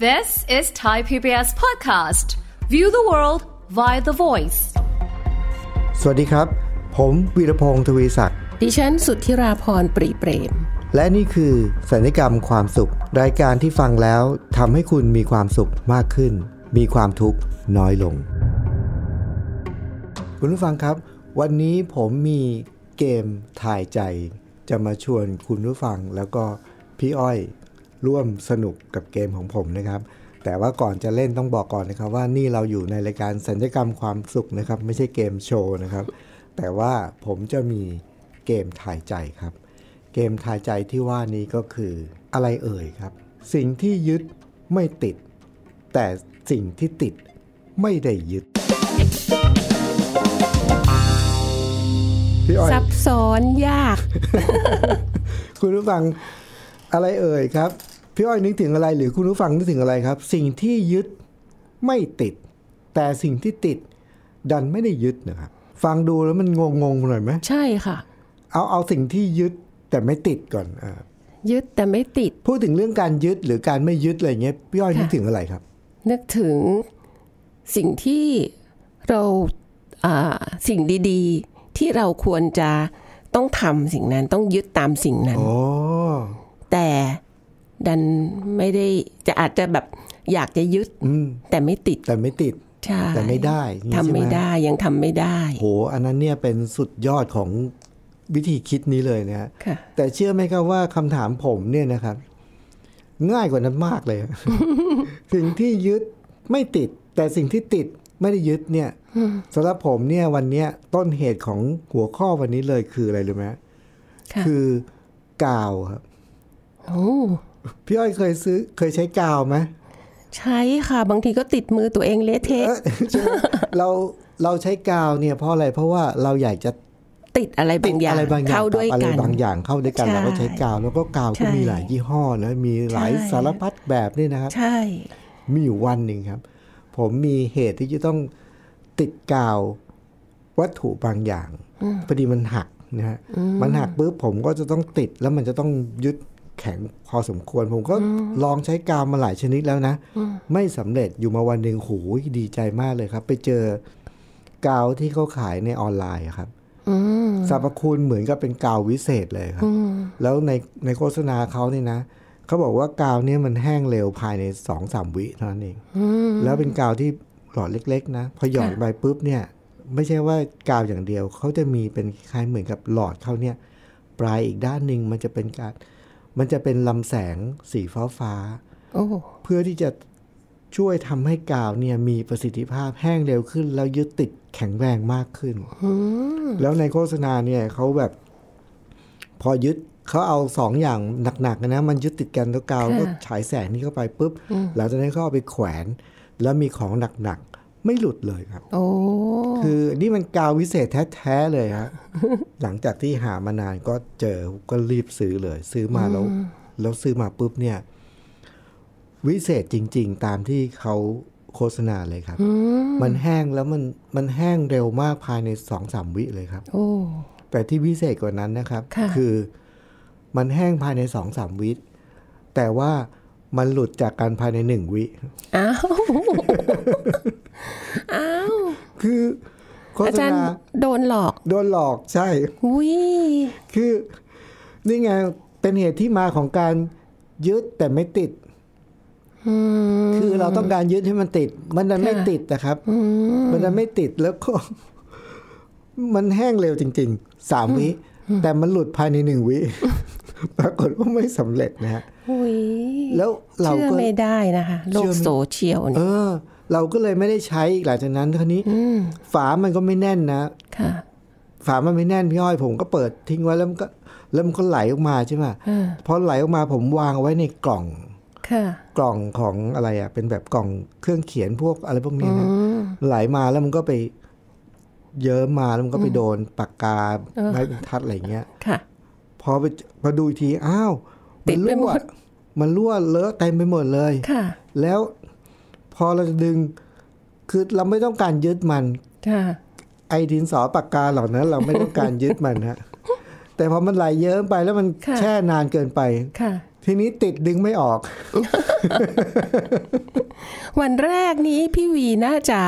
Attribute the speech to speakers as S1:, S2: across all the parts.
S1: This is Thai PBS podcast. View the world via the voice.
S2: สวัสดีครับ ผมวีรพงศ์ทวีศักดิ์
S3: ดิฉันสุทธิราพรปรีเปรม
S2: และนี่คือสัญญกรรมความสุข รายการที่ฟังแล้วทำให้คุณมีความสุขมากขึ้น มีความทุกข์น้อยลง คุณผู้ฟังครับ วันนี้ผมมีเกมถ่ายใจ จะมาชวนคุณผู้ฟังแล้วก็พี่อ้อยร่วมสนุกกับเกมของผมนะครับ แต่ว่าก่อนจะเล่นต้องบอกก่อนนะครับ ว่านี่เราอยู่ในรายการสัญญกรรมความสุขนะครับ ไม่ใช่เกมโชว์นะครับ แต่ว่าผมจะมีเกมถ่ายใจครับ เกมทายใจที่ว่านี้ก็คืออะไรเอ่ยครับ สิ่งที่ยึดไม่ติด แต่สิ่งที่ติดไม่ได้ยึด พี่อ้อย
S3: ซับซ้อนยาก
S2: คุณผู้ฟังอะไรเอ่ยครับ พี่อ้อยนึกถึงอะไรหรือคุณผู้ฟังนึกถึงอะไรครับ สิ่งที่ยึดไม่ติด แต่สิ่งที่ติด ดันไม่ได้ยึดนะครับ ฟังดูแล้วมันงงงๆหน่อยไหม
S3: ใช่ค่ะ
S2: เอาเอาสิ่งที่ยึดแต่ไม่ติดก่อนอา
S3: ยึดแต่ไม่ติด
S2: พูดถึงเรื่องการยึดหรือการไม่ยึดอะไรเงี้ยพี่อ้อยนึกถึงอะไรครับ
S3: นึกถึงสิ่งที่เราอ่าสิ่งดีๆ ที่เราควรจะต้องทำสิ่งนั้นต้องยึดตามสิ่งนั้น
S2: อ๋อ
S3: แต่ดันไม่ได้จะอาจจะแบบอยากจะยึด
S2: อืม
S3: แต่ไม่ติด
S2: แต่ไม่ติด
S3: ใช่
S2: แต่ไม่ได้อย่างนี้
S3: ทำไม่
S2: ใช่ห
S3: ได้ยังทำไม่ได้
S2: โห อันนั้นเนี่ยเป็นสุดยอดของวิธีคิดนี้เลยนะฮะ
S3: ค่ะ
S2: แต่เชื่อไหมครับว่าคำถามผมเนี่ยนะครับ ง่ายกว่านั้นมากเลย สิ่งที่ยึดไม่ติด แต่สิ่งที่ติดไม่ได้ยึดเนี่ยสำหรับผมเนี่ยวันเนี้ยต้นเหตุของหัวข้อวันนี้เลยคืออะไรรู้ไหม
S3: ค่ะ
S2: คือกาวครับ
S3: โอ้
S2: พี่อ้อยเคยซื้อเคยใช้กาว ไหม
S3: ใช่ค่ะ บางทีก็ติดมือตัวเองเละเทะ
S2: ใช่ไหมเราเราใช้กาวเนี่ยเพราะอะไรเพราะว่าเราอยากจะ
S3: ติดอะไร
S2: ติด
S3: บางอย่าง
S2: อะไรบางอย่าง
S3: เข้าด้วย
S2: กับอะไร
S3: กัน
S2: บางอย่างเข้าด้วยกัน
S3: ใช่
S2: เราก็ใช้กาวแล้วก็กาวก็
S3: ใช่
S2: มีหลายยี่ห้อนะมีหลาย
S3: ใช่
S2: สารพัดแบบนี่นะครับ
S3: ใช่
S2: มีอยู่วันหนึ่งครับ ผมมีเหตุที่จะต้องติดกาววัตถุบางอย่างพอดีมันหักนะฮะมันหักปุ๊บผมก็จะต้องติดแล้วมันจะต้องยึดแข็งพอสมควร ผมก็ลองใช้กาวมาหลายชนิดแล้วนะ ไม่สำเร็จอยู่มาวันหนึ่งโหยดีใจมากเลยครับ ไปเจอกาวที่เขาขายในออนไลน์อะครับ
S3: อืม
S2: สรรพคุณเหมือนกับเป็นกาววิเศษเลยครับ
S3: อืม
S2: แล้วในในโฆษณาเขาเนี่ยนะเขาบอกว่ากาวเนี่ยมันแห้งเร็วภายในสองสามวิเท่านั้นเอง
S3: อืม
S2: แล้วเป็นกาวที่หลอดเล็ก ๆ นะ พอหยอด
S3: ค่ะ
S2: ไปปุ๊บเนี่ย ไม่ใช่ว่ากาวอย่างเดียว เขาจะมีเป็นคล้ายเหมือนกับหลอดเขาเนี่ย ปลายอีกด้านหนึ่งมันจะเป็นการ มันจะเป็นลำแสงสีฟ้าฟ้า
S3: โอ้
S2: ๆเพื่อที่จะช่วยทำให้กาวเนี่ยมีประสิทธิภาพแห้งเร็วขึ้น แล้วยึดติดแข็งแรงมากขึ้น
S3: อืม
S2: แล้วในโฆษณาเนี่ยเขาแบบ พอยึดเขาเอาสองอย่างหนักๆนะ มันยึดติดกันแล้วกาวก็ฉายแสงนี่เข้าไปปุ๊บหลังจากนั้นเขาเอาไปแขวน แล้วมีของหนักๆ ไม่หลุดเลยครับ
S3: โอ้
S2: คือนี่มันกาววิเศษแท้ๆเลยฮะ หลังจากที่หามานานก็เจอก็รีบซื้อเลย ซื้อมาแล้วแล้วซื้อมาปุ๊บเนี่ย วิเศษจริง ๆ ตามที่เขาโฆษณาเลยครับ มันแห้งแล้วมันมันแห้งเร็วมากภายในสองสามวิเลยครับ
S3: โอ้
S2: แต่ที่พิเศษกว่านั้นนะครับ
S3: ค่ะ
S2: อมันแห้งภายในสองสามวิแต่ว่ามันหลุดจากการภายในหนึ่งวิ
S3: อ้าวอ้าว
S2: คือโฆ
S3: อา
S2: ษ
S3: จารย์
S2: ณา
S3: โดนหลอก
S2: โดนหลอกใช่
S3: วิ
S2: คือ นี่ไงเป็นเหตุที่มาของการยึดแต่ไม่ติด คือเราต้องการยึดให้มันติด มันดันไม่
S3: ค่ะ
S2: ติดนะครับ มันดันไม่ติดแล้วก็ มันแห้งเร็วจริงๆสามวิ แต่มันหลุดภายในหนึ่งวิ ปรากฏว่าไม่สำเร็จนะฮะ
S3: วิ
S2: แล้วเรา
S3: เชื่อ
S2: ก็
S3: ไม่ได้นะคะโลก
S2: เชื่อไม่
S3: โซเชียล
S2: เอ
S3: เนี่ย
S2: อ เราก็เลยไม่ได้ใช้อีกหลังจากนั้นคราวนี้ ฝามันก็ไม่แน่นนะ
S3: ค่ะ
S2: ฝามันไม่แน่นพี่อ้อยผมก็เปิดทิ้งไว้แล้วมันก็แล้วมันก็ไหลออกมาใช่ไหม
S3: อืม
S2: พอไหลออกมาผมวางเอาไว้ในกล่อง
S3: ค่ะ
S2: กล่องของอะไรอ่ะ เป็นแบบกล่องเครื่องเขียนพวกอะไรพวกนี้นะไหลมาแล้วมันก็ไปเยิ้มมาแล้วมันก็ไปโดนปากกาไม้บรรทัดอะไรอย่างเงี้ย
S3: ค่ะ
S2: พอไปพอดูอีกทีอ้าว
S3: ติ
S2: มัน
S3: ดไป
S2: รั่
S3: หม
S2: ว
S3: ด
S2: มันรั่วเลอะเต็มไปหมดเลย
S3: ค่ะ
S2: แล้วพอเราจะดึง คือเราไม่ต้องการยึดมัน
S3: ค่ะ
S2: ไอ้ดินสอปากกาเหล่านั้น เราไม่ ต้องการยึดมันฮะ แต่พอมันไหลเยิ้มไปแล้วมันแช่นานเกินไป
S3: ค่ะ
S2: ทีนี้ติดดึงไม่ออก
S3: วันแรกนี้พี่วีน่าจะ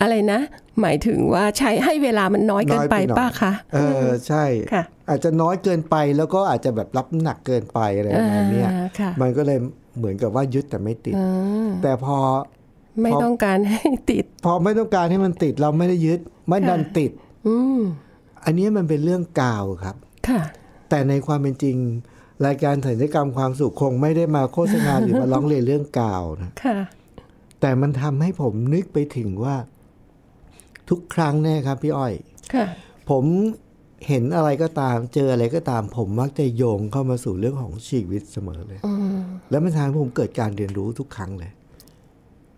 S3: อะไรนะ หมายถึงว่าใช้ให้เวลามันน้อยเกินไป
S2: น้อยไปหน่อย
S3: ป้าคะ
S2: เออใช่
S3: ค่ะ
S2: อาจจะน้อยเกินไปแล้วก็อาจจะแบบรับน้ำหนักเกินไปอะไรประมาณเนี้ย
S3: อ่าค่ะ
S2: มันก็เลยเหมือนกับว่ายึดแต่ไม่ติด แต่พอ
S3: ไม่
S2: พอ
S3: ต้องการให้ติด
S2: พอไม่ต้องการให้มันติดเราไม่ได้ยึดมันดันติด
S3: อืม
S2: อันนี้มันเป็นเรื่องกาวครับ
S3: ค่ะ
S2: แต่ในความเป็นจริง รายการสัญญกรรมความสุขคงไม่ได้มาโฆษณา หรือมาร้องเรียนเรื่องกาวนะ
S3: ค่ะ
S2: แต่มันทำให้ผมนึกไปถึงว่า ทุกครั้งเนี่ยครับพี่อ้อย
S3: ค่ะ
S2: ผมเห็นอะไรก็ตามเจออะไรก็ตาม ผมมักจะโยงเข้ามาสู่เรื่องของชีวิตเสมอเลย แล้วมันทำให้ผมเกิดการเรียนรู้ทุกครั้งเลย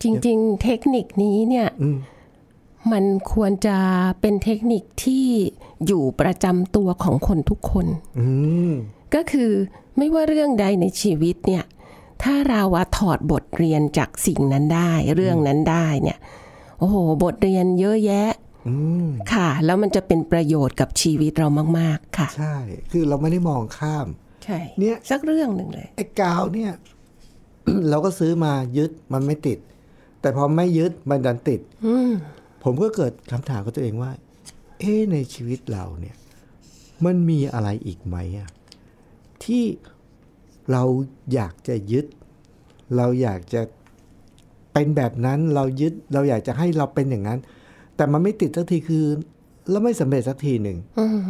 S3: จริง ๆ เทคนิคนี้เนี่ย
S2: อืม
S3: มันควรจะเป็นเทคนิคที่อยู่ประจำตัวของคนทุกคน
S2: อืม
S3: ก็คือไม่ว่าเรื่องใดในชีวิตเนี่ย ถ้าเราอะถอดบทเรียนจากสิ่งนั้นได้ เรื่องนั้นได้เนี่ย โอ้โห บทเรียนเยอะแยะ
S2: อืม
S3: ค่ะ แล้วมันจะเป็นประโยชน์กับชีวิตเรามาก ๆ ค่ะ
S2: ใช่ คือเราไม่ได้มองข้าม
S3: ใช่
S2: เนี่ย
S3: สักเรื่องหนึ่งเลย
S2: ไอ้กาวเนี่ย เราก็ซื้อมายึดมันไม่ติด แต่พอไม่ยึดมันดันติด
S3: อืม
S2: ผมก็เกิดคำถามกับตัวเองว่า เอ๊ะในชีวิตเราเนี่ย มันมีอะไรอีกไหมอะที่เราอยากจะยึด เราอยากจะเป็นแบบนั้นเรายึดเราอยากจะให้เราเป็นอย่างนั้น แต่มันไม่ติดสักทีคือ แล้วไม่สำเร็จสักทีหนึ่ง
S3: อืม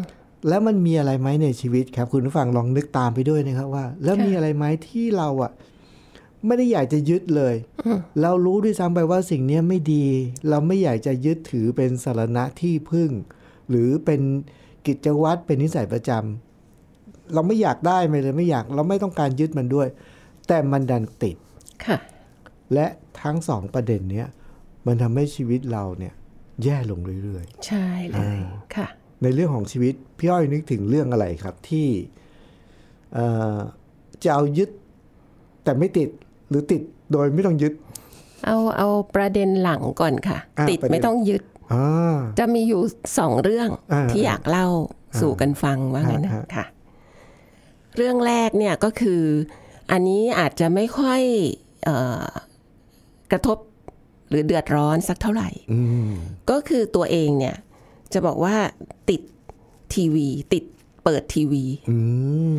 S2: แล้วมันมีอะไรไหมในชีวิตครับ คุณผู้ฟังลองนึกตามไปด้วยนะครับว่า แล้วมีอะไรไหมที่เราอ่ะ ไม่ได้อยากจะยึดเลยเรารู้ด้วยซ้ำไปว่าสิ่งเนี้ยไม่ดี เราไม่อยากจะยึดถือเป็นสารณะที่พึ่ง หรือเป็นกิจวัตรเป็นนิสัยประจำเราไม่อยากได้มันเลยไม่อยาก เราไม่ต้องการยึดมันด้วย แต่มันดันติด
S3: ค่ะ
S2: และทั้งสองประเด็นเนี้ยมันทำให้ชีวิตเราเนี่ย แย่ลงเรื่อยๆ
S3: ใช่เลยค่ะ
S2: ในเรื่องของชีวิต พี่อ้อยนึกถึงเรื่องอะไรครับที่เอ่อจะเอายึดแต่ไม่ติดหรือติดโดยไม่ต้องยึด
S3: เอาเอาประเด็นหลังก่อนค่ะ
S2: อ่า
S3: ติด
S2: ประเด็น
S3: ไม่ต้องยึด
S2: อ่า
S3: จะมีอยู่สองเรื่อง
S2: อ่า
S3: ที่อยากเล่าสู่กันฟังว่างั้นนะ
S2: ฮะฮะ
S3: ค่ะ เรื่องแรกเนี่ยก็คือ อันนี้อาจจะไม่ค่อยเอ่อกระทบหรือเดือดร้อนสักเท่าไหร่
S2: อืม
S3: ก็คือตัวเองเนี่ย จะบอกว่าติดทีวี ติดเปิดทีวี
S2: อืม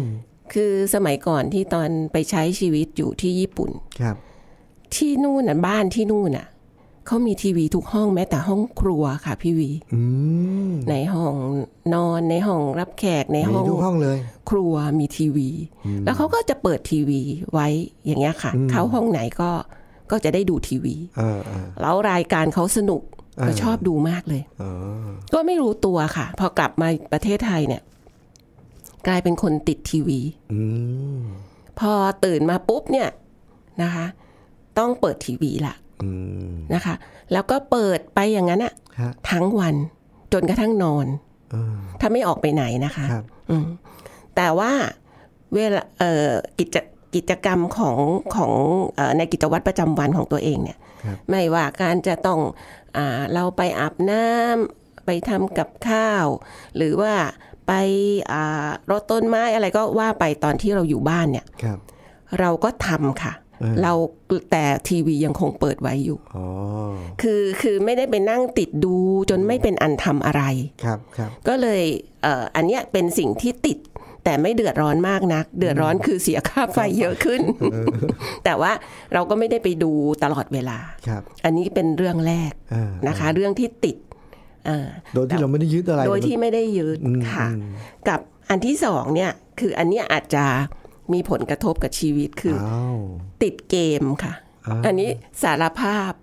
S3: คือสมัยก่อนที่ตอนไปใช้ชีวิตอยู่ที่ญี่ปุ่น
S2: ครับ
S3: ที่นู่นน่ะบ้านที่นู่นน่ะเขามีทีวีทุกห้องแม้แต่ห้องครัวค่ะพี่วี
S2: อืม
S3: ในห้องนอนในห้องรับแขกในห้
S2: มี
S3: อง
S2: ทุกห้องเลย
S3: ครัวมีทีวี แล้วเขาก็จะเปิดทีวีไว้อย่างเงี้ยค่ะ เข้าห้องไหนก็ก็จะได้ดูทีวี
S2: เออเออ
S3: แล้วรายการเขาสนุก
S2: อ่า
S3: เราชอบดูมากเลย
S2: เออ
S3: ก็ไม่รู้ตัวค่ะ พอกลับมาประเทศไทยเนี่ย กลายเป็นคนติดทีวี
S2: อืม
S3: พอตื่นมาปุ๊บเนี่ยนะคะ ต้องเปิดทีวีละ
S2: อืม
S3: นะคะ แล้วก็เปิดไปอย่างนั้นอะ
S2: ฮะ
S3: ทั้งวันจนกระทั่งนอน
S2: เออ
S3: ถ้าไม่ออกไปไหนนะคะ
S2: ครับ
S3: อืมแต่ว่าเวลาเอ่อกิจกิจกรรมของของเออในกิจวัตรประจำวันของตัวเองเนี่ย
S2: ครับ
S3: ไม่ว่าการจะต้องอาเราไปอาบน้ำไปทำกับข้าว หรือว่าไปอ่ารดต้นไม้อะไรก็ว่าไปตอนที่เราอยู่บ้านเนี่ย
S2: ครับ
S3: เราก็ทำค่ะ
S2: เออ
S3: เราแต่ทีวียังคงเปิดไว้อยู่
S2: อ๋อ
S3: คือคือไม่ได้ไปนั่งติดดูจนไม่เป็นอันทำอะไร
S2: ครับครับ
S3: ก็เลยเอ่ออันเนี้ยเป็นสิ่งที่ติด แต่ไม่เดือดร้อนมากนัก เดือดร้อนคือเสียค่าไฟเยอะขึ้น แต่ว่าเราก็ไม่ได้ไปดูตลอดเวลา
S2: ครับ
S3: อันนี้เป็นเรื่องแรก
S2: เออ
S3: นะคะ เรื่องที่ติดอ่า
S2: โดยที่เราไม่ได้ยึดอะไร
S3: โดยที่ไม่ได้ยืด
S2: อืม
S3: ค่ะ
S2: อืม
S3: กับอันที่สองเนี่ยคืออันเนี้ยอาจจะมีผลกระทบกับชีวิตคือ
S2: อ้าว
S3: ติดเกมค่ะ
S2: อ้าว
S3: อันนี้สารภา พ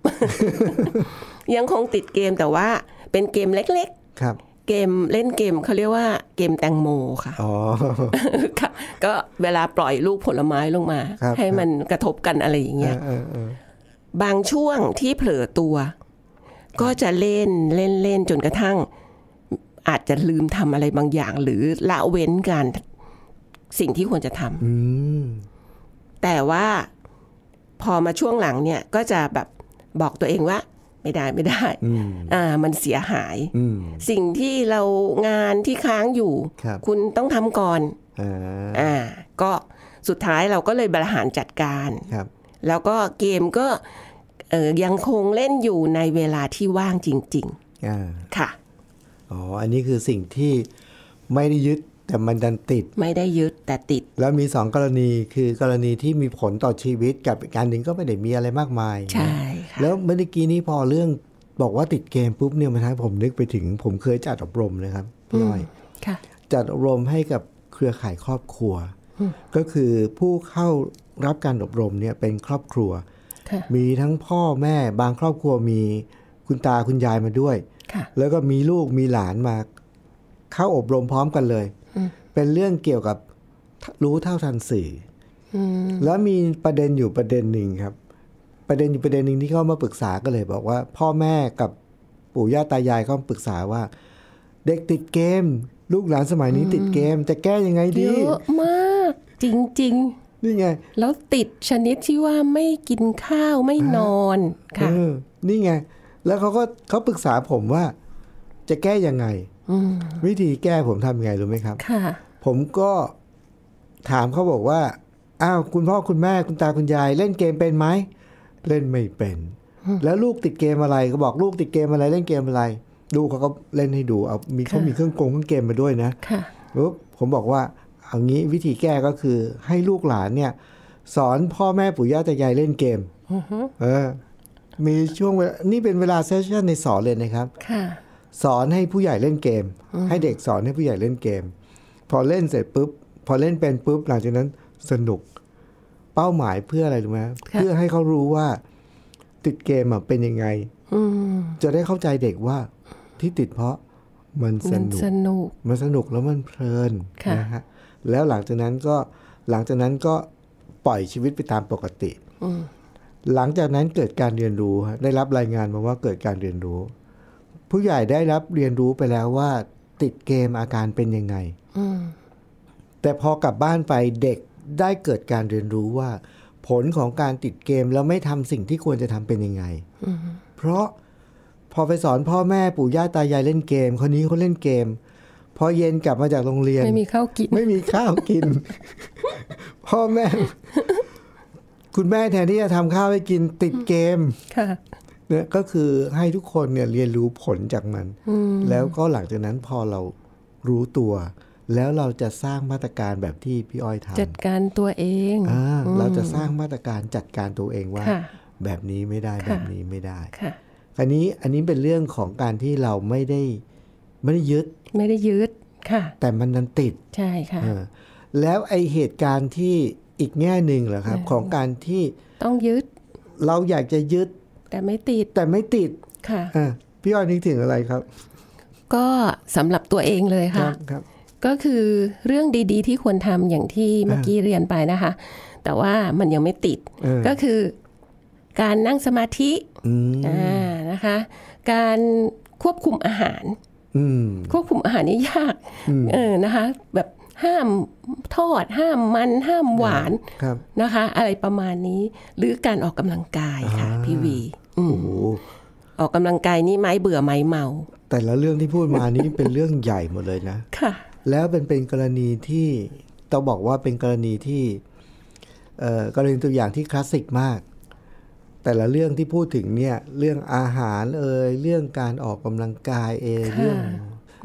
S3: ยังคงติดเกมแต่ว่าเป็นเกมเล็ก ๆ
S2: ครับ
S3: เกมเล่นเกมเขาเรียกว่าเกมแตงโมค่ะ
S2: อ๋อ
S3: ค่ะ ก็เวลาปล่อยลูกผลไม้ลงมา
S2: ครับ
S3: ให้มันกระทบกันอะไรอย่า
S2: เอ
S3: งเงี้ย
S2: อเออเออบ
S3: างช่วงที่เผลอตัว ก็จะเล่นเล่นเล่นจนกระทั่ง อาจจะลืมทำอะไรบางอย่าง หรือละเว้นการสิ่งที่ควรจะทำ
S2: อืม
S3: แต่ว่าพอมาช่วงหลังเนี่ย ก็จะแบบบอกตัวเองว่า ไม่ได้ ไม่ได้
S2: อืม
S3: อ่า มันเสียหาย
S2: อืม
S3: สิ่งที่เรางานที่ค้างอยู่
S2: ครับ
S3: คุณต้องทำก่อน
S2: อ่า
S3: อ่า ก็ สุดท้ายเราก็เลยบริหารจัดการ
S2: ครับ
S3: แล้วก็เกมก็เอ่อยังคงเล่นอยู่ในเวลาที่ว่างจริง
S2: อ่า
S3: ๆ ค่ะ
S2: อ๋ออันนี้คือสิ่งที่ไม่ได้ยึดแต่มันดันติด
S3: ไม่ได้ยึดแต่ติด
S2: แล้วมีสองกรณีคือกรณีที่มีผลต่อชีวิตกับอีกการหนึ่งก็ไม่ได้มีอะไรมากมาย
S3: ใช่ค่ะ
S2: แล้วเมื่อกี้นี้พอเรื่องบอกว่าติดเกมปุ๊บเนี่ยมันทำให้ผมนึกไปถึง ผมเคยจัดอบรมนะครับพี่อ้อย
S3: ค่ะ
S2: จัดอบรมให้กับเครือข่ายครอบครัว ก็คือผู้เข้ารับการอบรมเนี่ยเป็นครอบครัว
S3: ค่ะ
S2: มีทั้งพ่อแม่บางครอบครัวมีคุณตาคุณยายมาด้วย
S3: ค่ะ
S2: แล้วก็มีลูกมีหลานมา เข้าอบรมพร้อมกันเลย เป็นเรื่องเกี่ยวกับรู้เท่าทันสื่ออแล้วมีประเด็นอยู่ประเด็นหนึ่งครับ ประเด็นอยู่ประเด็นหนึ่งที่เขามาปรึกษาก็เลย บอกว่า พ่อแม่กับปู่ย่าตายายก็มาปรึกษาว่า เด็กติดเกม ลูกหลานสมัยนี้ติดเกม จะแก้ยังไง
S3: เย
S2: ดี
S3: อะมากจริง
S2: นี่ไง
S3: ๆ แล้วติดชนิดที่ว่าไม่กินข้าวไม่นอนค่ะ
S2: เออนี่ไง แล้วเขาก็เขาปรึกษาผมว่า จะแก้ยังไง วิธีแก้ผมทำยังไงรู้ไหมครับ
S3: ค่ะ
S2: ผมก็ถามเขาบอกว่า อ้าวคุณพ่อคุณแม่คุณตาคุณยาย เล่นเกมเป็นไหม เล่นไม่เป็น แล้วลูกติดเกมอะไร ก็บอกลูกติดเกมอะไรเล่นเกมอะไร ดูเขาก็เล่นให้ดู เอามีเขามีเครื่องกงเครื่องเกมมาด้วยนะ
S3: ค่ะ
S2: ปุ๊บผมบอกว่าเอางี้วิธีแก้ก็คือให้ลูกหลานเนี่ย สอนพ่อแม่ปู่ย่าตายายเล่นเกมเออ มีช่วงเวลานี่เป็นเวลาเซสชั่นในสอนเลยนะครับ
S3: ค่ะ
S2: สอนให้ผู้ใหญ่เล่นเกม ให้เด็กสอนให้ผู้ใหญ่เล่นเกม พอเล่นเสร็จปุ๊บ พอเล่นเป็นปุ๊บหลังจากนั้นสนุก เป้าหมายเพื่ออะไรรู้ไหมเพื่อให้เขารู้ว่า ติดเกมอะเป็นยังไงจะได้เข้าใจเด็กว่าที่ติดเพราะมันส
S3: มัน
S2: นุก
S3: สนุก
S2: มันสนุกแล้วมันเพลิน
S3: ค่ะ
S2: นะฮะแล้วหลังจากนั้นก็หลังจากนั้นก็ปล่อยชีวิตไปตามปกติหลังจากนั้นเกิดการเรียนรู้ฮะได้รับรายงานมาว่าเกิดการเรียนรู้ ผู้ใหญ่ได้รับเรียนรู้ไปแล้วว่า ติดเกมอาการเป็นยังไงแต่พอกลับบ้านไปเด็กได้เกิดการเรียนรู้ว่า ผลของการติดเกมแล้วไม่ทำสิ่งที่ควรจะทำเป็นยังไงเพราะ พอไปสอนพ่อแม่ปู่ย่าตายายเล่นเกม คนนี้เขาเล่นเกม พอเย็นกลับมาจากโรงเรียน
S3: ไม่มีข้าวกิน
S2: ไม่มีข้าวกิน พ่อแม่ คุณแม่แทนที่จะทำข้าวให้กินติดเกม
S3: ค่ะ
S2: เนี่ยก็คือให้ทุกคนเนี่ยเรียนรู้ผลจากมัน แล้วก็หลังจากนั้นพอเรารู้ตัว แล้วเราจะสร้างมาตรการแบบที่พี่อ้อยทำ
S3: จัดการตัวเอง
S2: อ่าเราจะสร้างมาตรการจัดการตัวเองว่า
S3: ค่ะ
S2: แบบนี้ไม่ได้แบบนี้ไม่ได้
S3: ค่ะ
S2: อันนี้อันนี้เป็นเรื่องของการที่เราไม่ได้ไม่ได้ยึด
S3: ไม่ได้ยึด ค่ะ
S2: แต่มันนันติด
S3: ใช่ค่ะ
S2: เออแล้วไอเหตุการณ์ที่อีกแง่หนึ่งเหรอครับ ของการที่
S3: ต้องยึด
S2: เราอยากจะยึด
S3: แต่ไม่ติด
S2: แต่ไม่ติด
S3: ค่ะ
S2: อ่ะพี่อ้อยนึกถึงอะไรครับ
S3: ก็สำหรับตัวเองเลย
S2: ค
S3: ค่ะ
S2: รับครับ
S3: ก็คือเรื่องดีๆ ที่ควรทำอย่างที่เมื่อกี้เรียนไปนะคะ แต่ว่ามันยังไม่ติด
S2: เออ
S3: ก็คือการนั่งสมาธิ
S2: อืม
S3: อ่านะคะ การควบคุมอาหาร
S2: อืม
S3: ควบคุมอาหารนี่ยากเออนะคะ แบบห้ามทอด ห้ามมัน ห้ามหวาน
S2: ครับ
S3: นะคะ อะไรประมาณนี้หรือการออกกำลังกายค่ะ
S2: อ่า
S3: พี่วีอืม
S2: โอ้โห
S3: ออกกำลังกายนี่ไม้เบื่อไม้เมา
S2: แต่ละเรื่องที่พูดมานี้เป็นเรื่องใหญ่หมดเลยนะ
S3: ค่ะ
S2: แล้วเป็นเป็นกรณีที่ต้องบอกว่าเป็นกรณีที่เอ่อกรณีตัวอย่างที่คลาสสิกมาก แต่ละเรื่องที่พูดถึงเนี่ยเรื่องอาหารเอ่ยเรื่องการออกกำลังกายเอย
S3: ค่ะ
S2: เรื่อง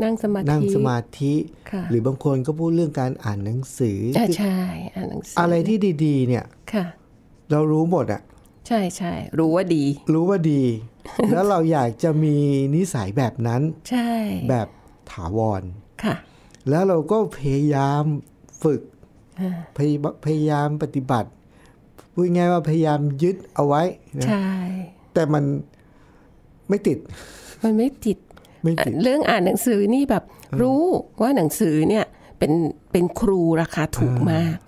S3: นั่งสมาธิ
S2: นั่งสมาธิ
S3: ค่ะ
S2: หรือบางคนก็พูดเรื่องการอ่านหนังสือ
S3: อ่า
S2: คือ
S3: ใช่อ่านหนังสืออ
S2: อะไรที่ดีๆ เนี่ย
S3: ค่ะ
S2: เรารู้หมดอะ
S3: ใช่ใช่รู้ว่าดี
S2: รู้ว่า ดี แล้วเราอยากจะมีนิสัยแบบนั้น
S3: ใช่
S2: แบบถาวร
S3: ค่ะ
S2: แล้วเราก็พยายามฝึกพยพยายามปฏิบัติพูดง่ายๆว่าพยายามยึดเอาไว้นะ
S3: ใช่
S2: แต่มันไม่ติด
S3: มันไม่ติด
S2: ไม่ติด
S3: เรื่องอ่านหนังสือนี่แบบรู้ว่าหนังสือเนี่ยเป็นเป็นครูราคาถูกมาก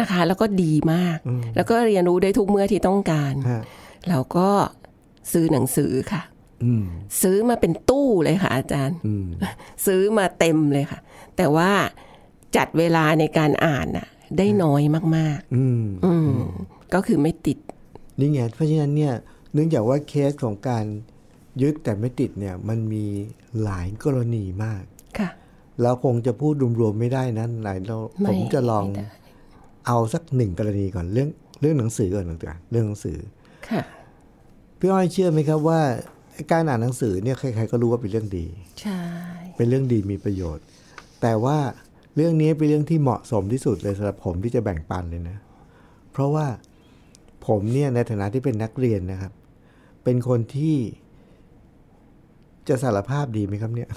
S3: นะคะ แล้วก็ดีมาก แล้วก็เรียนรู้ได้ทุกเมื่อที่ต้องการ
S2: ฮะ
S3: แล้วก็ซื้อหนังสือค่ะ
S2: อืม
S3: ซื้อมาเป็นตู้เลยค่ะ อาจารย์
S2: อืม
S3: ซื้อมาเต็มเลยค่ะ แต่ว่าจัดเวลาในการอ่านน่ะ ได้น้อยมาก
S2: อืม
S3: ๆ อืมก็คือไม่ติด
S2: นี่ไงเพราะฉะนั้นเนี่ยเนื่องจากว่าเคสของการยึดแต่ไม่ติดเนี่ย มันมีหลายกรณีมาก
S3: ค่ะ
S2: เราคงจะพูดรวมๆไม่ได้นะหลายเรา
S3: ไม่
S2: ผมจะลอง
S3: ไม่ได้
S2: เอาสักหนึ่งกรณีก่อนเรื่องเรื่องหนังสือก่อนหนึ่งตัวเรื่องหนังสือ
S3: ค่ะ
S2: พี่อ้อยเชื่อไหมครับว่าการอ่านหนังสือเนี่ยใครๆก็รู้ว่าเป็นเรื่องดี
S3: ใช่
S2: เป็นเรื่องดีมีประโยชน์ แต่ว่าเรื่องนี้เป็นเรื่องที่เหมาะสมที่สุดเลยสำหรับผมที่จะแบ่งปันเลยนะ เพราะว่าผมเนี่ยในฐานะที่เป็นนักเรียนนะครับ เป็นคนที่จะสารภาพดีไหมครับ เนี่ย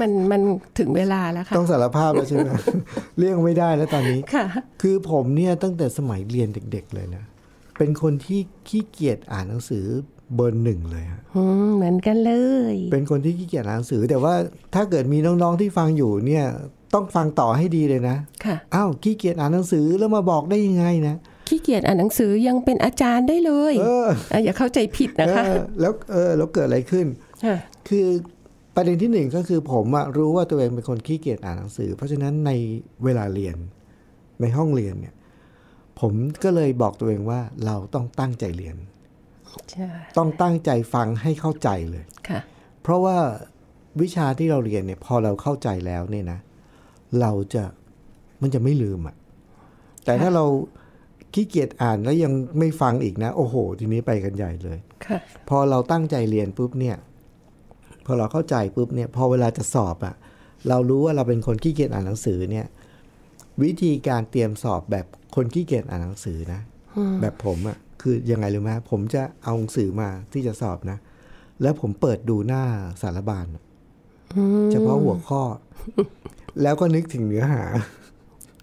S3: มันมันถึงเวลาแล้วค่ะ
S2: ต้องสารภาพแล้วใช่ไหม เลี่ยงไม่ได้แล้วตอนนี้
S3: ค่ะ
S2: คือผมเนี่ยตั้งแต่สมัยเรียนเด็ก ๆ เลยนะ เป็นคนที่ขี้เกียจอ่านหนังสือเบอร์หนึ่งเลยฮะ
S3: อืมเหมือนกันเลย
S2: เป็นคนที่ขี้เกียจอ่านหนังสือ แต่ว่าถ้าเกิดมีน้องๆที่ฟังอยู่เนี่ย ต้องฟังต่อให้ดีเลยนะ
S3: ค่ะ
S2: อ้าวขี้เกียจอ่านหนังสือแล้วมาบอกได้ยังไงนะ
S3: ขี้เกียจอ่านหนังสือยังเป็นอาจารย์ได้เลย
S2: เออ
S3: เอออย่าเข้าใจผิดนะคะ
S2: เออแล้วเออแล้วเกิดอะไรขึ้น
S3: ค่ะ
S2: คือประเด็นที่หนึ่งก็คือผมอะรู้ว่าตัวเองเป็นคนขี้เกียจอ่านหนังสือ เพราะฉะนั้นในเวลาเรียนในห้องเรียนเนี่ย ผมก็เลยบอกตัวเองว่าเราต้องตั้งใจเรียน
S3: ใช่
S2: ต้องตั้งใจฟังให้เข้าใจเลย
S3: ค่ะ
S2: เพราะว่าวิชาที่เราเรียนเนี่ยพอเราเข้าใจแล้วเนี่ยนะ เราจะมันจะไม่ลืมอะ่ะ แต่ถ้าเราขี้เกียจอ่านแล้วยังไม่ฟังอีกนะ โอ้โห ทีนี้ไปกันใหญ่เลย
S3: ค่ะ
S2: พอเราตั้งใจเรียนปุ๊บเนี่ย พอเราเข้าใจปุ๊บเนี่ย พอเวลาจะสอบอะ่ะ เรารู้ว่าเราเป็นคนขี้เกียจอ่านหนังสือเนี่ย วิธีการเตรียมสอบแบบคนขี้เกียจอ่านหนังสือนะ แบบผมอะ่ะคือยังไงรู้ไหมผมจะเอาหนังสือมาที่จะสอบนะ แล้วผมเปิดดูหน้าสารบานอะเฉพาะหัวข้อ แล้วก็นึกถึงเนื้อหา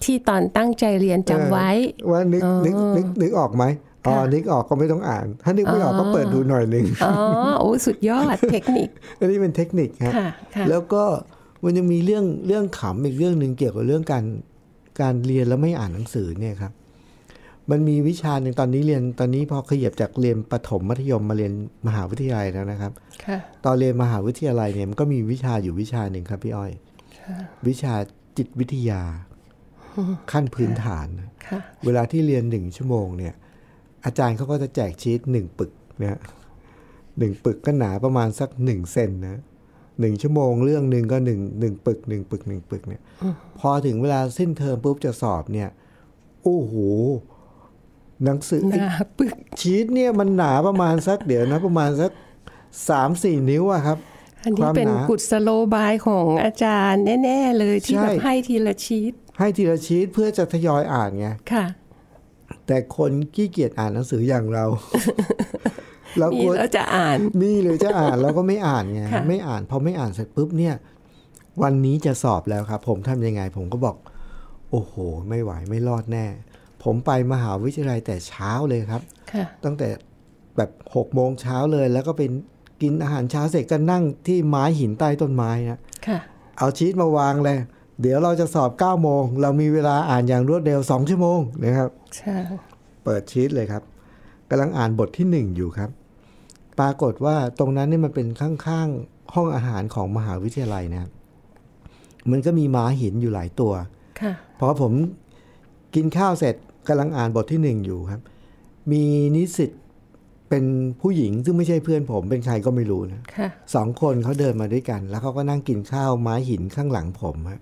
S3: ที่ตอนตั้งใจเรียนจำไว้
S2: เออว่านึกนึกนึกนึกออกไหมอ๋อนึกออกก็ไม่ต้องอ่าน ถ้านึกไม่ออกก็เปิดดูหน่อยหนึ่ง
S3: อ๋อ โอ้สุดยอดเทคนิค
S2: อันนี้เป็นเทคนิคฮะ
S3: ค่ะค่ะ
S2: แล้วก็มันยังมีเรื่องเรื่องขำอีกเรื่องหนึ่งเกี่ยวกับเรื่องการการเรียนแล้วไม่อ่านหนังสือเนี่ยครับ มันมีวิชาหนึ่งตอนนี้เรียนตอนนี้พอขยับจากเรียนประถมมัธยมมาเรียนมหาวิทยาลัยแล้วนะครับ
S3: ค่ะ
S2: ตอนเรียนมหาวิทยาลัยเนี่ยมันก็มีวิชาอยู่วิชาหนึ่งครับพี่อ้อย วิชาจิตวิท ยา ขั้นพื้นฐานนะ
S3: ค่ะ
S2: เวลาที่เรียนหนึ่งชั่วโมงเนี่ย อาจารย์เขาก็จะแจกชีตหนึ่งปึกนะฮะหนึ่งปึกก็หนาประมาณสักหนึ่งเซนนะหนึ่งชั่วโมงเรื่องหนึ่งก็หนึ่งหนึ่งปึกหนึ่งปึกหนึ่งปึกเนี่ย พอถึงเวลาสิ้นเทอมปุ๊บจะสอบเนี่ย โอ้โห หนังสือ
S3: หน้าปึก
S2: ชีตเนี่ยมันหนาประมาณสักเดี๋ยวนะ ประมาณสักสามสี่นิ้วอะครับ
S3: อันนี้
S2: ความ
S3: เป็น
S2: หนา
S3: กุศโลบายของอาจารย์แน่ ๆ เลยที่
S2: ใช่
S3: แบบให้ทีละชีต
S2: ให้ทีละชีตเพื่อจะทยอยอ่านไง
S3: ค่ะ
S2: แต่คนขี้เกียจอ่านหนังสืออย่างเรา เราก
S3: มี
S2: ลัว
S3: แล้วจะอ่าน
S2: มีหรือจะอ่านเราก็ไม่อ่านไง
S3: ค่ะ
S2: ไม่อ่านพอไม่อ่านเสร็จปุ๊บเนี่ย วันนี้จะสอบแล้วครับ ผมทำยังไง ผมก็บอก โอ้โห ไม่ไหวไม่รอดแน่ ผมไปมหาวิทยาลัยแต่เช้าเลยครับ
S3: ค่ะ
S2: ตั้งแต่แบบหกโมงเช้าเลย แล้วก็เป็นกินอาหารเช้าเสร็จก็นั่งที่ไม้หินใต้ต้นไม้นะ
S3: ค่ะ
S2: เอาชีตมาวางเลย เดี๋ยวเราจะสอบ9ก้าโมง เรามีเวลาอ่านอย่างรวดเร็ว 2 ชั่วโมงนะครับ
S3: ใช่
S2: เปิดชีตเลยครับกำลังอ่านบทที่หนึ่งอยู่ครับ ปรากฏว่าตรงนั้นเนี่ยมันเป็นข้างๆ ห้องอาหารของมหาวิทยาลัยนะครับมันก็มีม้าหินอยู่หลายตัว
S3: ค่ะ
S2: พอผมกินข้าวเสร็จกำลังอ่านบทที่หนึ่งอยู่ครับ มีนิสิตเป็นผู้หญิงซึ่งไม่ใช่เพื่อนผมเป็นใครก็ไม่รู้นะ
S3: ค่ะ
S2: สองคนเขาเดินมาด้วยกัน แล้วเขาก็นั่งกินข้าวไม้หินข้างหลังผมฮะ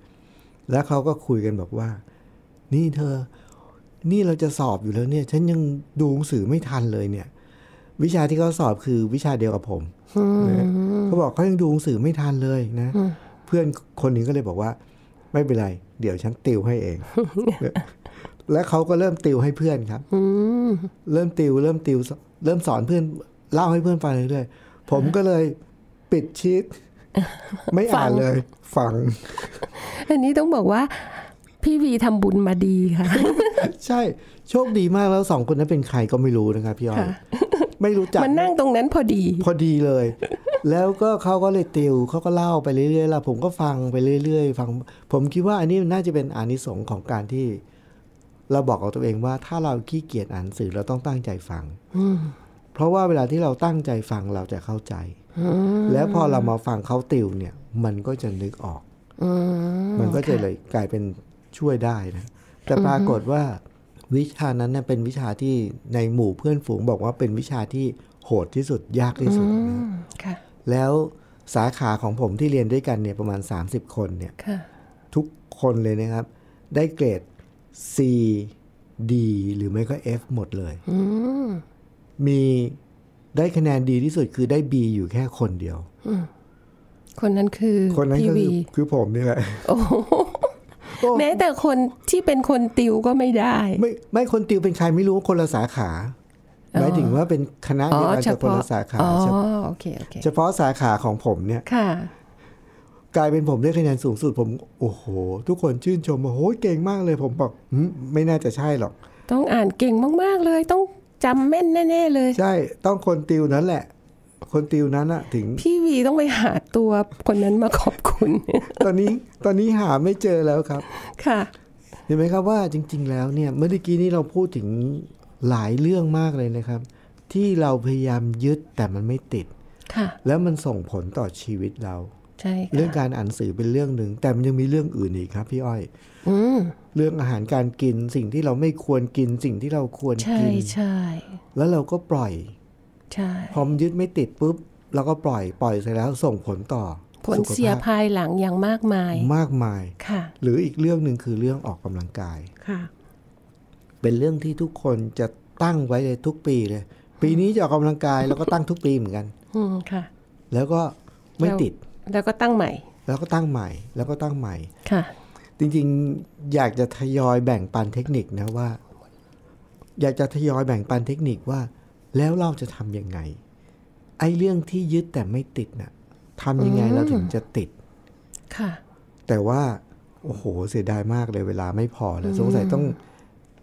S2: แล้วเขาก็คุยกันบอกว่า นี่เธอ นี่เราจะสอบอยู่แล้วเนี่ย ฉันยังดูหนังสือไม่ทันเลยเนี่ย วิชาที่เขาสอบคือวิชาเดียวกับผมนะเขาบอกเขายังดูหนังสือไม่ทันเลยนะ เพื่อนคนหนึงก็เลยบอกว่า ไม่เป็นไร เดี๋ยวฉันติวให้เอง และเขาก็เริ่มติวให้เพื่อนครับ
S3: อืม
S2: เริ่มติวเริ่มติวเริ่มสอนเพื่อนเล่าให้เพื่อนฟังเรื่อยๆผมก็เลยปิดชีตไม่อ่านเลยฟัง
S3: อันนี้ต้องบอกว่า พี่วีทำบุญมาดีค่ะ
S2: ใช่ โชคดีมากแล้วสองคนนั้นเป็นใครก็ไม่รู้นะครับพี่อ้อย
S3: ค่ะ
S2: ไม่รู้จัก
S3: มันนั่งตรงนั้นพอดี
S2: พอดีเลย แล้วก็เขาก็เลยติวเขาก็เล่าไปเรื่อยๆแล้วผมก็ฟังไปเรื่อยๆ ฟัง ผมคิดว่าอันนี้น่าจะเป็นอานิสงส์ของการที่ เราบอกกับตัวเองว่า ถ้าเราขี้เกียจอ่านหนังสื่อเราต้องตั้งใจฟัง เพราะว่าเวลาที่เราตั้งใจฟังเราจะเข้าใจ แล้วพอเรามาฟังเขาติวเนี่ย มันก็จะนึกออก มันก็จะเลยกลายเป็นช่วยได้นะ แต่ปรากฏว่าวิชานั้นเนี่ยเป็นวิชาที่ในหมู่เพื่อนฝูงบอกว่าเป็นวิชาที่โหดที่สุดยากที่สุดนะ
S3: ค่ะ
S2: แล้วสาขาของผมที่เรียนด้วยกันเนี่ยประมาณ 30 คนเนี่ย
S3: ค่ะ
S2: ทุกคนเลยนะครับ ได้เกรด C D หรือไม่ก็ F หมดเลยมีได้คะแนนดีที่สุดคือได้ B อยู่แค่คนเดียว
S3: คนนั้นคือ
S2: คนนั้น
S3: พี่
S2: ก็คื
S3: วี
S2: อคือผมเนี่ยแหละ
S3: โอ้โห
S2: โอ้
S3: แม้แต่คนที่เป็นคนติวก็ไม่ได้
S2: ไม่ไม่คนติวเป็นใครไม่รู้คนละสาขาหมายถึงว่าเป็นคณะ
S3: อ๋
S2: เดี
S3: อ
S2: ยวกัน
S3: เฉ
S2: แต่คน
S3: พาะ
S2: ละสาขา
S3: อ๋อ
S2: เฉพาะ
S3: โอเคโอเค
S2: เฉพาะสาขาของผมเนี่ย
S3: ค่ะ
S2: กลายเป็นผมได้คะแนนสูงสุดผมโอ้โห ทุกคนชื่นชมโอ้โหเก่งมากเลยผมบอกหึไม่น่าจะใช่หรอก
S3: ต้องอ่านเก่งมาก ๆ เลย ต้องจำแม่นแน่ ๆ เลย
S2: ใช่ต้องคนติวนั้นแหละ คนติวนั้นอะถึง
S3: พี่วีต้องไปหาตัวคนนั้นมาขอบคุณ
S2: ตอนนี้ตอนนี้หาไม่เจอแล้วครับ
S3: ค่ะ
S2: เห็นไหมครับว่าจริง ๆ แล้วเนี่ยเมื่อกี้นี้เราพูดถึงหลายเรื่องมากเลยนะครับ ที่เราพยายามยึดแต่มันไม่ติด
S3: ค่ะ
S2: แล้วมันส่งผลต่อชีวิตเรา
S3: ใช่
S2: เรื่อง
S3: ค่ะ
S2: การอ่านหนังสือเป็นเรื่องหนึ่ง แต่มันยังมีเรื่องอื่นอีกครับพี่อ้อย
S3: อืม
S2: เรื่องอาหารการกินสิ่งที่เราไม่ควรกินสิ่งที่เราควร
S3: ใช่
S2: กิน
S3: ใช่
S2: แล้วเราก็ปล่อย
S3: ใช่
S2: พอมนยึดไม่ติดปุ๊บเราก็ปล่อยปล่อยเสร็จแล้วส่งผลต่อ
S3: ผลเสีย
S2: สุขภาพ
S3: ภายหลังอย่างมากมาย
S2: มากมาย
S3: ค่ะ
S2: หรืออีกเรื่องหนึ่งคือเรื่องออกกำลังกาย
S3: ค่ะ
S2: เป็นเรื่องที่ทุกคนจะตั้งไว้เลยทุกปีเลย ปีนี้จะออกกำลังกายแล้วก็ตั้งทุกปีเหมือนกัน
S3: อืมค่ะ
S2: แล้วก็ไม่
S3: แล้ว
S2: ติด
S3: แล้วก็ตั้งใหม่
S2: แล้วก็ตั้งใหม่ แล้วก็ตั้งใหม่
S3: ค่ะ
S2: จริงๆ อยากจะทยอยแบ่งปันเทคนิคนะว่า อยากจะทยอยแบ่งปันเทคนิคว่า แล้วเราจะทำยังไง ไอ้เรื่องที่ยึดแต่ไม่ติดน่ะทำยังไงเราถึงจะติด
S3: ค่ะ
S2: แต่ว่าโอ้โหเสียดายมากเลยเวลาไม่พอแล้วสงสัยต้อง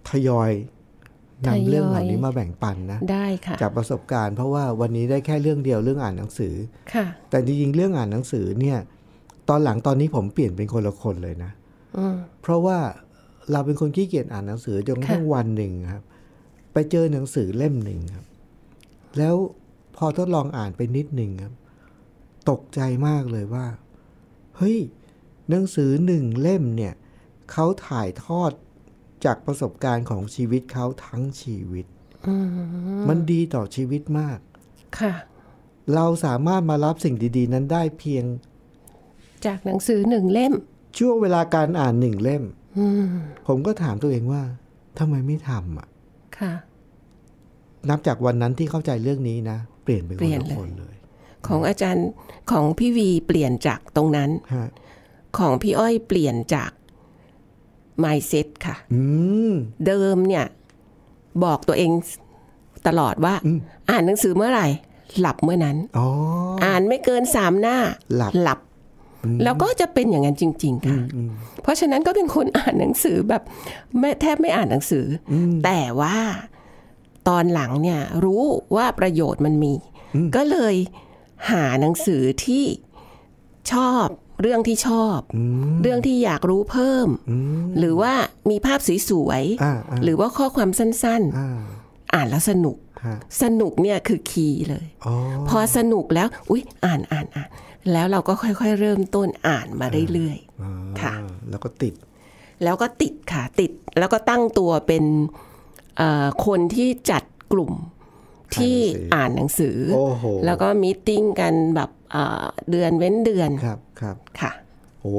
S2: ทยอยนำเรื่องเหล่านี้มาแบ่งปันนะ
S3: ได้ค่ะ
S2: จากประสบการณ์เพราะว่าวันนี้ได้แค่เรื่องเดียวเรื่องอ่านหนังสือ
S3: ค่ะ
S2: แต่จริงๆเรื่องอ่านหนังสือเนี่ย ตอนหลังตอนนี้ผมเปลี่ยนเป็นคนละคนเลยนะ
S3: อืม
S2: เพราะว่าเราเป็นคนขี้เกียจอ่านหนังสือจนกระทั่งวันหนึ่งครับ ไปเจอหนังสือเล่มหนึ่งครับ แล้วพอทดลองอ่านไปนิดหนึ่งครับ ตกใจมากเลยว่า เฮ้ย หนังสือหนึ่งเล่มเนี่ยเขาถ่ายทอดจากประสบการณ์ของชีวิตเขาทั้งชีวิต
S3: อืม
S2: มันดีต่อชีวิตมาก
S3: ค่ะ
S2: เราสามารถมารับสิ่งดีๆ นั้นได้เพียง
S3: จากหนังสือหนึ่งเล่ม
S2: ช่วงเวลาการอ่านหนึ่งเล่ม
S3: อืม
S2: ผมก็ถามตัวเองว่าทำไมไม่ทำอ่ะ
S3: ค่ะ
S2: นับจากวันนั้นที่เข้าใจเรื่องนี้นะ เปลี่ยนเป็นค
S3: เป
S2: น
S3: ลี่ยน
S2: ละ
S3: เลย
S2: คนเลย
S3: ของอาจารย์ของพี่วีเปลี่ยนจากตรงนั้น
S2: ฮะ
S3: ของพี่อ้อยเปลี่ยนจาก mindset ค่ะ
S2: อืม
S3: เดิมเนี่ย บอกตัวเองตลอดว่า อ่านหนังสือเมื่อไหร่ หลับเมื่อนั้น
S2: อ๋อ
S3: อ่านไม่เกินสามหน้า
S2: หลับ
S3: หลับ แล้วก็จะเป็นอย่างนั้นจริง ๆ ค่ะ เพราะฉะนั้นก็เป็นคนอ่านหนังสือแบบไม่แทบไม่อ่านหนังสืออแต่ว่าตอนหลังเนี่ยรู้ว่าประโยชน์มันมี ก็เลยหาหนังสือที่ชอบเรื่องที่ชอบ เรื่องที่อยากรู้เพิ่ม หรือว่ามีภาพสวย
S2: อ่าอ่า
S3: ๆหรือว่าข้อความสั้น
S2: อ่า
S3: ๆ อ่านแล้วสนุก
S2: ฮะ
S3: สนุกเนี่ยคือคีย์เลย
S2: อ๋อ
S3: พอสนุกแล้ว อุ๊ย อ่านอ่านอ่าน แล้วเราก็ค่อยๆ เริ่มต้นอ่านมาเรื่อย
S2: อ่า
S3: ๆ ค่ะ
S2: แล้วก็ติด
S3: แล้วก็ติดค่ะ ติด แล้วก็ตั้งตัวเป็นเอ่อคนที่จัดกลุ่มที่อ่านหนังสือ
S2: โอ้โห
S3: แล้วก็มีตติ้งกันแบบเอ่อเดือนเว้นเดือน
S2: ครับครับ
S3: ค่ะ
S2: โอ้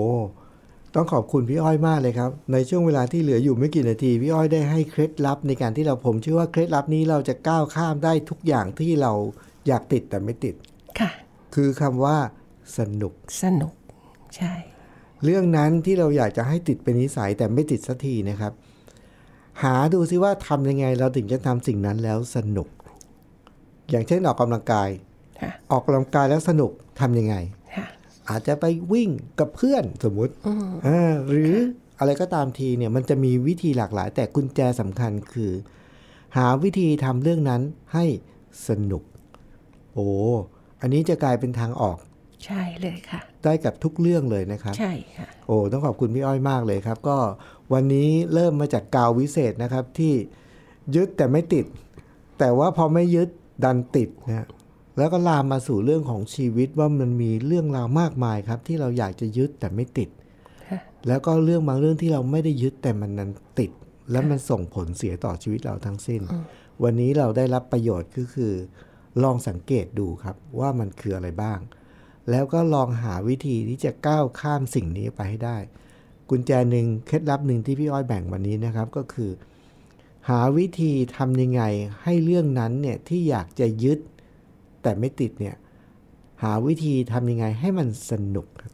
S2: ต้องขอบคุณพี่อ้อยมากเลยครับ ในช่วงเวลาที่เหลืออยู่ไม่กี่นาที พี่อ้อยได้ให้เคล็ดลับในการที่เราผมเชื่อว่าเคล็ดลับนี้เราจะก้าวข้ามได้ทุกอย่างที่เราอยากติดแต่ไม่ติด
S3: ค่ะ
S2: คือคำว่าสนุก
S3: สนุก ใช่
S2: เรื่องนั้นที่เราอยากจะให้ติดเป็นนิสัยแต่ไม่ติดสักทีนะครับ หาดูซิว่าทำยังไงเราถึงจะทำสิ่งนั้นแล้วสนุก อย่างเช่นออกกำลังกาย
S3: ค่ะ
S2: ออกกำลังกายแล้วสนุกทำยังไง
S3: ค่ะ
S2: อาจจะไปวิ่งกับเพื่อนสมมุติอ่าหรืออะไรก็ตามทีเนี่ยมันจะมีวิธีหลากหลาย แต่กุญแจสำคัญคือ หาวิธีทำเรื่องนั้นให้สนุก โอ้อันนี้จะกลายเป็นทางออก
S3: ใช่เลยค่ะ
S2: ได้กับทุกเรื่องเลยนะครับ
S3: ใช่ค่ะ
S2: โอ้ต้องขอบคุณพี่อ้อยมากเลยครับ ก็วันนี้เริ่มมาจากกาววิเศษนะครับที่ยึดแต่ไม่ติด แต่ว่าพอไม่ยึดดันติดนะแล้วก็ลามมาสู่เรื่องของชีวิตว่ามันมีเรื่องราวมากมายครับ ที่เราอยากจะยึดแต่ไม่ติด
S3: ค่ะ
S2: แล้วก็เรื่องบางเรื่องที่เราไม่ได้ยึดแต่มันนั้นติด และมันส่งผลเสียต่อชีวิตเราทั้งสิ้น วันนี้เราได้รับประโยชน์ก็คือ ลองสังเกตดูครับว่ามันคืออะไรบ้าง แล้วก็ลองหาวิธีที่จะก้าวข้ามสิ่งนี้ไปให้ได้ กุญแจหนึ่งเคล็ดลับหนึ่งที่พี่อ้อยแบ่งวันนี้นะครับก็คือ หาวิธีทำยังไงให้เรื่องนั้นเนี่ยที่อยากจะยึดแต่ไม่ติดเนี่ยหาวิธีทำยังไงให้มันสนุกครับ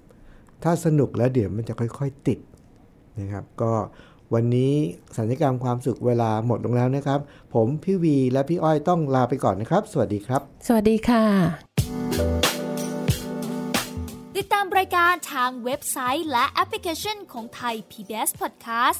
S2: ถ้าสนุกแล้วเดี๋ยวมันจะค่อยๆติดนะครับ ก็วันนี้สัญญกรรมความสุขเวลาหมดลงแล้วนะครับ ผมพี่วีและพี่อ้อยต้องลาไปก่อนนะครับ สวัสดีครับ
S3: สวัสดีค่ะ
S4: ติดตามรายการทางเว็บไซต์และแอปพลิเคชันของไทย PBS Podcast